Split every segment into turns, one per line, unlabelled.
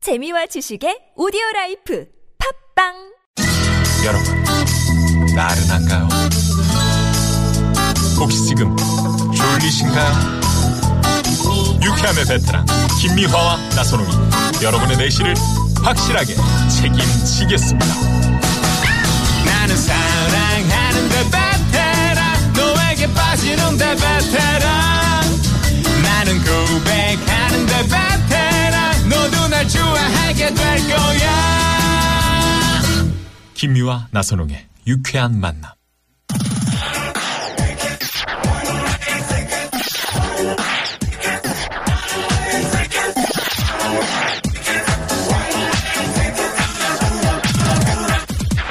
재미와 지식의 오디오 라이프 팝빵
여러분, 나른한가요? 혹시 지금 졸리신가요? 유쾌함의 베테랑 김미화와 나선홍이 여러분의 내실을 확실하게 책임지겠습니다.
나는 사랑하는데 베테랑 너에게 빠지는데 베테랑 나는 고백하는데 베테랑 너도 날 좋아하게 될 거야
김미화 나선홍의 유쾌한 만남.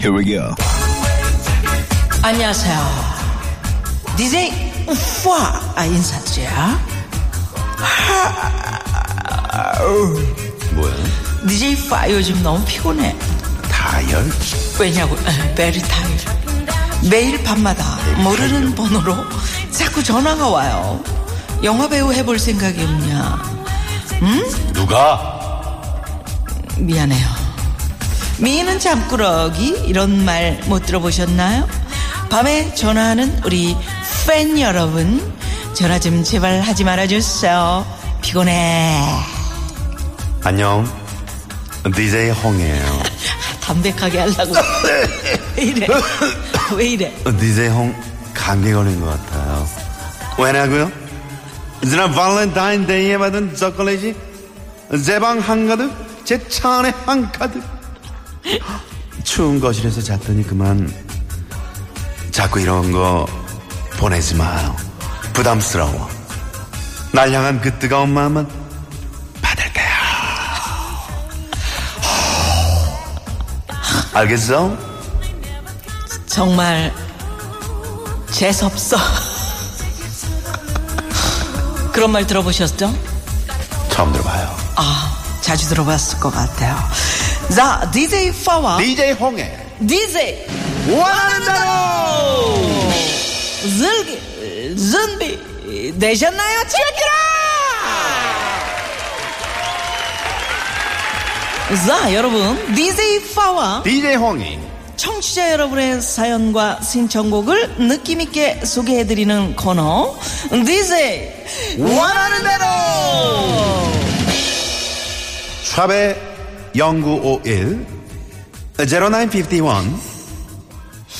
Here we go.
안녕하세요. DJ 우와 아, 인사지야.
뭐야?
DJ 우와 요즘 너무 피곤해.
다열?
왜냐고? 베리 타일. 매일 밤마다 모르는 번호로 자꾸 전화가 와요. 영화 배우 해볼 생각이 없냐?
누가?
미안해요. 미는 잠꾸러기 이런 말 못 들어보셨나요? 밤에 전화하는 우리 팬 여러분 전화 좀 제발 하지 말아주세요. 피곤해.
안녕. DJ 홍이에요.
담백하게 하려고. 왜 이래? 왜 이래?
DJ 홍 감기 걸린 것 같아요. 왜냐고요? 지난 발렌타인 데이에 받은 초콜릿이 제 방 한가득, 제 차 안에 한가득. 추운 거실에서 잤더니 그만 자꾸 이런 거 보내지 마요. 부담스러워. 날 향한 그 뜨거운 마음은 받을게요. 알겠어?
정말 재수없어. 그런 말 들어보셨죠?
처음 들어봐요.
아, 자주 들어봤을 것 같아요. 자, DJ 파와
DJ 홍의
DJ
원하는 대로
즐기, 준비 되셨나요? 즐기라! 자, 여러분, DJ 파와
DJ 홍이
청취자 여러분의 사연과 신청곡을 느낌 있게 소개해 드리는 코너 DJ 원하는 대로
샵의 0951 0951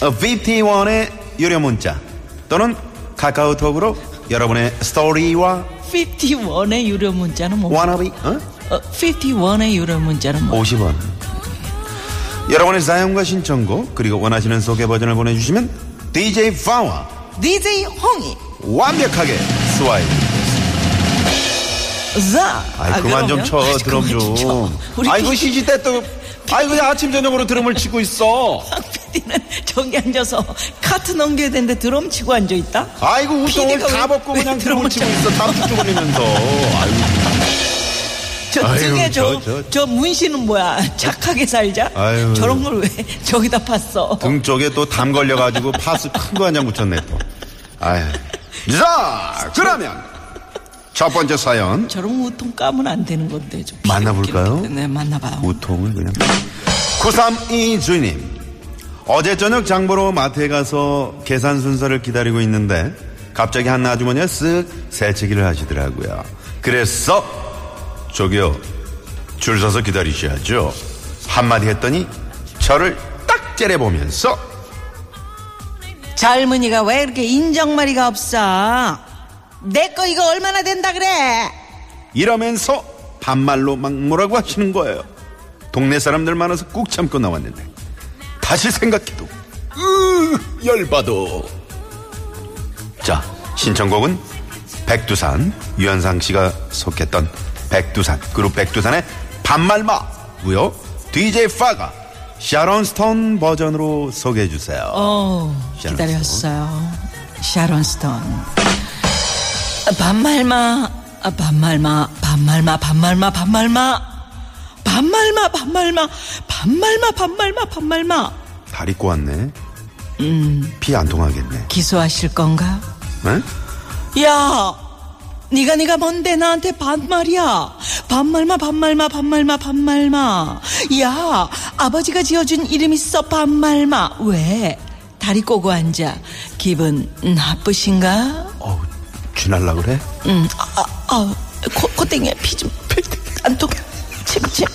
51의 유료 문자 또는 카카오톡으로 여러분의 스토리와
51의 유료 문자는 뭐?
wannabe 어?
어, 51의 유료 문자는 뭐?
50원 여러분의 사연과 신청곡 그리고 원하시는 소개 버전을 보내주시면 DJ 파와
DJ 홍이
완벽하게 스와이드
자
아이 그만 좀 쳐 드럼 좀. 아이고 시시 때또 아이고 아침 저녁으로 드럼을 치고 있어.
PD는 저기 앉아서 카트 넘겨야 되는데 드럼 치고 앉아 있다?
아이고 우동을
PD가
다
왜-
벗고
왜
그냥
드럼을
드럼을 치고 있어. 담수 올리면서. 아이고
저
아유,
중에 저,
저, 저.
저 문신은 뭐야? 착하게 살자?
아유.
저런 걸 왜 저기다 팠어?
등 쪽에 또 담 걸려가지고 파스 큰 거 한 장 붙였네 또. 아유. 자 그러면 첫 번째 사연
저런 우통 까면 안 되는 건데 좀
만나볼까요?
네 만나봐요
우통을 그냥. 932 주님. 어제 저녁 장보러 마트에 가서 계산 순서를 기다리고 있는데 갑자기 한 아주머니가 쓱 새치기를 하시더라고요. 그래서 저기요 줄 서서 기다리셔야죠. 한마디 했더니 저를 딱 째려보면서
젊은이가 왜 이렇게 인정머리가 없어 내 거 이거 얼마나 된다 그래
이러면서 반말로 막 뭐라고 하시는 거예요. 동네 사람들 많아서 꾹 참고 나왔는데 다시 생각해도 으, 열받어. 자 신청곡은 백두산 유현상 씨가 속했던 백두산 그룹 백두산의 반말마고요. DJ 파가 샤론 스톤 버전으로 소개해 주세요.
어
샤론
기다렸어요 샤론 스톤 아, 반말마 아, 반말마 반말마 반말마 반말마 반말마 반말마 반말마 반말마 반말마
다리 꼬았네. 피 안 통하겠네.
기소하실 건가?
응?
야 네가 네가 뭔데 나한테 반말이야. 반말마 반말마 반말마 반말마. 야 아버지가 지어준 이름 있어 반말마. 왜 다리 꼬고 앉아 기분 나쁘신가?
어우, 쥐날라 그래?
음, 아, 아, 아, 코, 코땡이야. 피좀 안통 침침.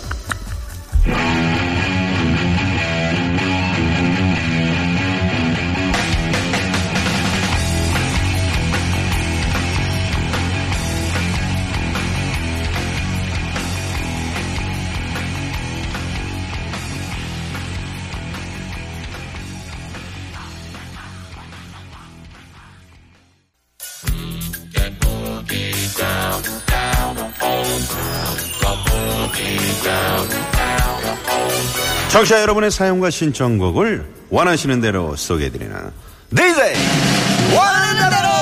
청취자 여러분의 사연과 신청곡을 원하시는 대로 소개해드리는 DJ 원하는 대로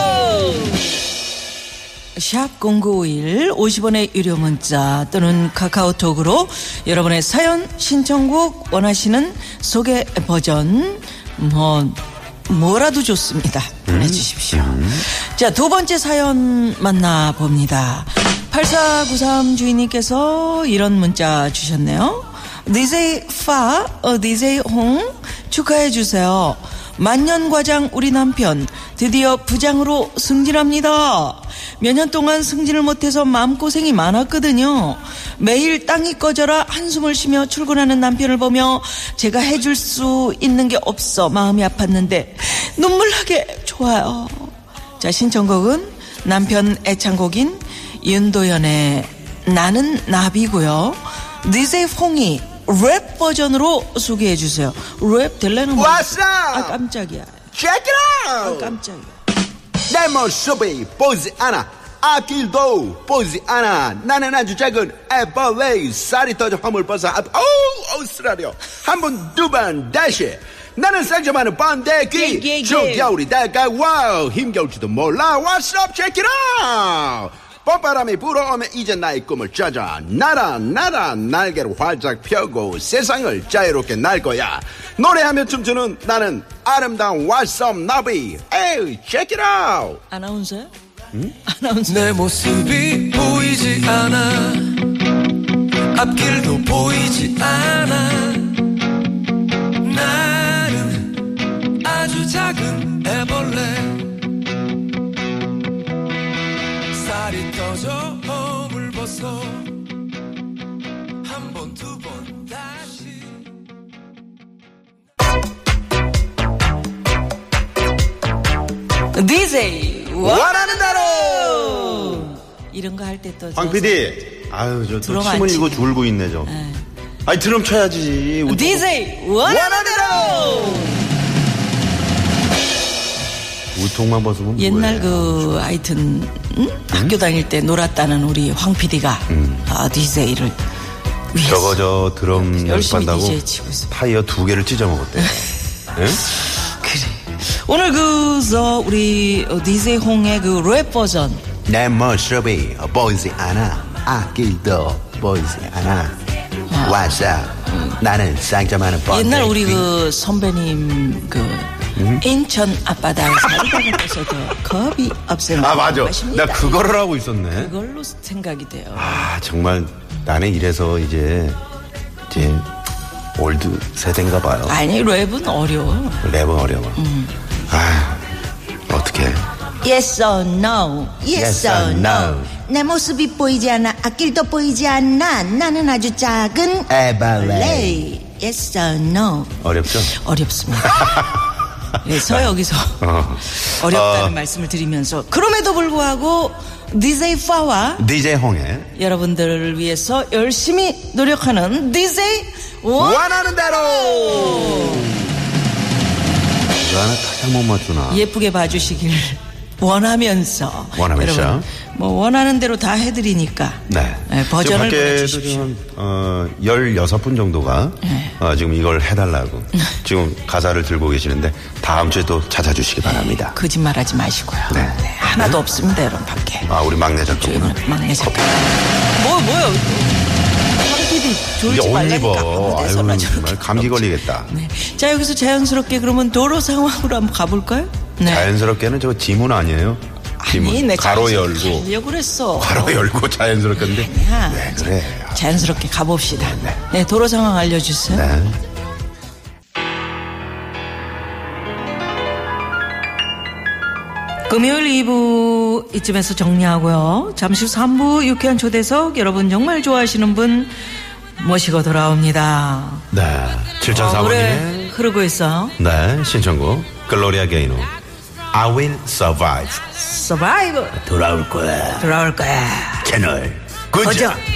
샵 0951, 50원의 유료 문자 또는 카카오톡으로 여러분의 사연, 신청곡 원하시는 소개 버전, 뭐, 뭐라도 좋습니다.
음,
보내주십시오. 자, 두 번째 사연 만나봅니다. 8493 주인님께서 이런 문자 주셨네요. DJ 파, 어, DJ 홍, 축하해주세요. 만년과장 우리 남편, 드디어 부장으로 승진합니다. 몇 년 동안 승진을 못해서 마음고생이 많았거든요. 매일 땅이 꺼져라 한숨을 쉬며 출근하는 남편을 보며 제가 해줄 수 있는 게 없어 마음이 아팠는데 눈물나게 좋아요. 자, 신청곡은 남편 애창곡인 윤도현의 나는 나비고요. 니제 퐁이 랩 버전으로 소개해 주세요. 랩 될래는 뭐?
What's up?
아 깜짝이야.
Check it
아,
out!
깜짝이야.
내 모습이 보지 않아. 앞길도 보지 않아. 나는 아주 작은 애벌레. 살이 터져 허물 벗어. 앞, 어우, 어우, 쓰라려. 한 번, 두 번, 다시. 나는 상점하는
예, 예, 예.
번데기. 중겨울이 다가와. 힘겨울지도 몰라. What's up? Check it out! 봄바람이 불어오면 이제 나의 꿈을 찾아 날아 날아 날개를 활짝 펴고 세상을 자유롭게 날 거야 노래하며 춤추는 나는 아름다운 왓썸 나비 에이 check it out
아나운서요? 아나운서.
내 모습이 보이지 않아 앞길도 보이지 않아 나는 아주 작은 애벌레 쌀이 떠져 허물 벗어 한 번 두 번 다시
DJ
원하는 대로
이런 거 할 때또
황 PD 아유 저또
드럼 안
춤을
치네.
이고
네.
졸고 있네 저 아니 드럼 쳐야지 우리
DJ 원하는 대로.
우통만 벗으면
옛날
뭐예요?
그 하여튼 응? 학교 다닐 때 놀았다는 우리 황 PD가 아 DJ를 위해서
저거 저 드럼
열심히
연습한다고
DJ 치고 있어.
타이어 두 개를 찢어 먹었대요
그래. 오늘 그 저 우리 어, DJ 홍의 그 랩 버전
내 모습이 보이지 않아 앞길도 보이지 않아 What's up 나는 쌍점하는 번데기
옛날 우리 그 선배님 그 인천 앞바다에서 서그 겁이 없으면
아 맞아
마십니다.
나 그거를 하고 있었네
그걸로 생각이 돼요.
아 정말 나는 이래서 이제 이제 올드 세대인가 봐요
아니 음. 랩은 어려워.
랩은 어려워 아 어떻게
Yes or no.
Yes or no.
내 모습이 보이지 않아 앞길도 보이지 않아 나는 아주 작은
에발레
에이 yes or no
어렵죠
어렵습니다. 그래서 여기서
어.
어렵다는
어.
말씀을 드리면서 그럼에도 불구하고 DJ 파와
DJ 홍의
여러분들을 위해서 열심히 노력하는 DJ 원
원하는 대로
이거 하나 딱 못 맞추나
예쁘게 봐주시길 원하면서
원하면서.
여러분, 뭐 원하는 대로 다 해드리니까
네.
네, 버전을
지금 밖에도
보내주십시오. 네.
지금 어, 16분 정도가 어, 지금 이걸 해달라고 지금 가사를 들고 계시는데 다음 주에 또 찾아주시기 바랍니다.
그 거짓말하지 마시고요.
네.
네, 하나도 없습니다, 여러분 밖에.
아 우리 막내
저희
작가구나.
막내 작가. 뭐 뭐요? 황PD
이제
졸지
옷
말라니까 뭐
입어. 아유
아무데서나 저렇게.
정말 감기 걸리겠다.
네. 자 여기서 자연스럽게 그러면 도로 상황으로 한번 가볼까요? 네.
자연스럽게는 저거 지문 아니에요?
힘은
내
가로 열고
가려고 그랬어.
바로 열고 자연스럽게 근데
야.
네,
왜 그래
자연스럽게 가봅시다. 네, 도로 상황 알려주세요.
네.
금요일 2부 이쯤에서 정리하고요. 잠시 후 3부 유쾌한 초대석 여러분 정말 좋아하시는 분 모시고 돌아옵니다.
네.
어,
7445님의
노래 흐르고 있어요.
네, 신청곡 글로리아 게이노 I will survive
서바이브
돌아올 거야
돌아올 거야.
채널 고정.
고정.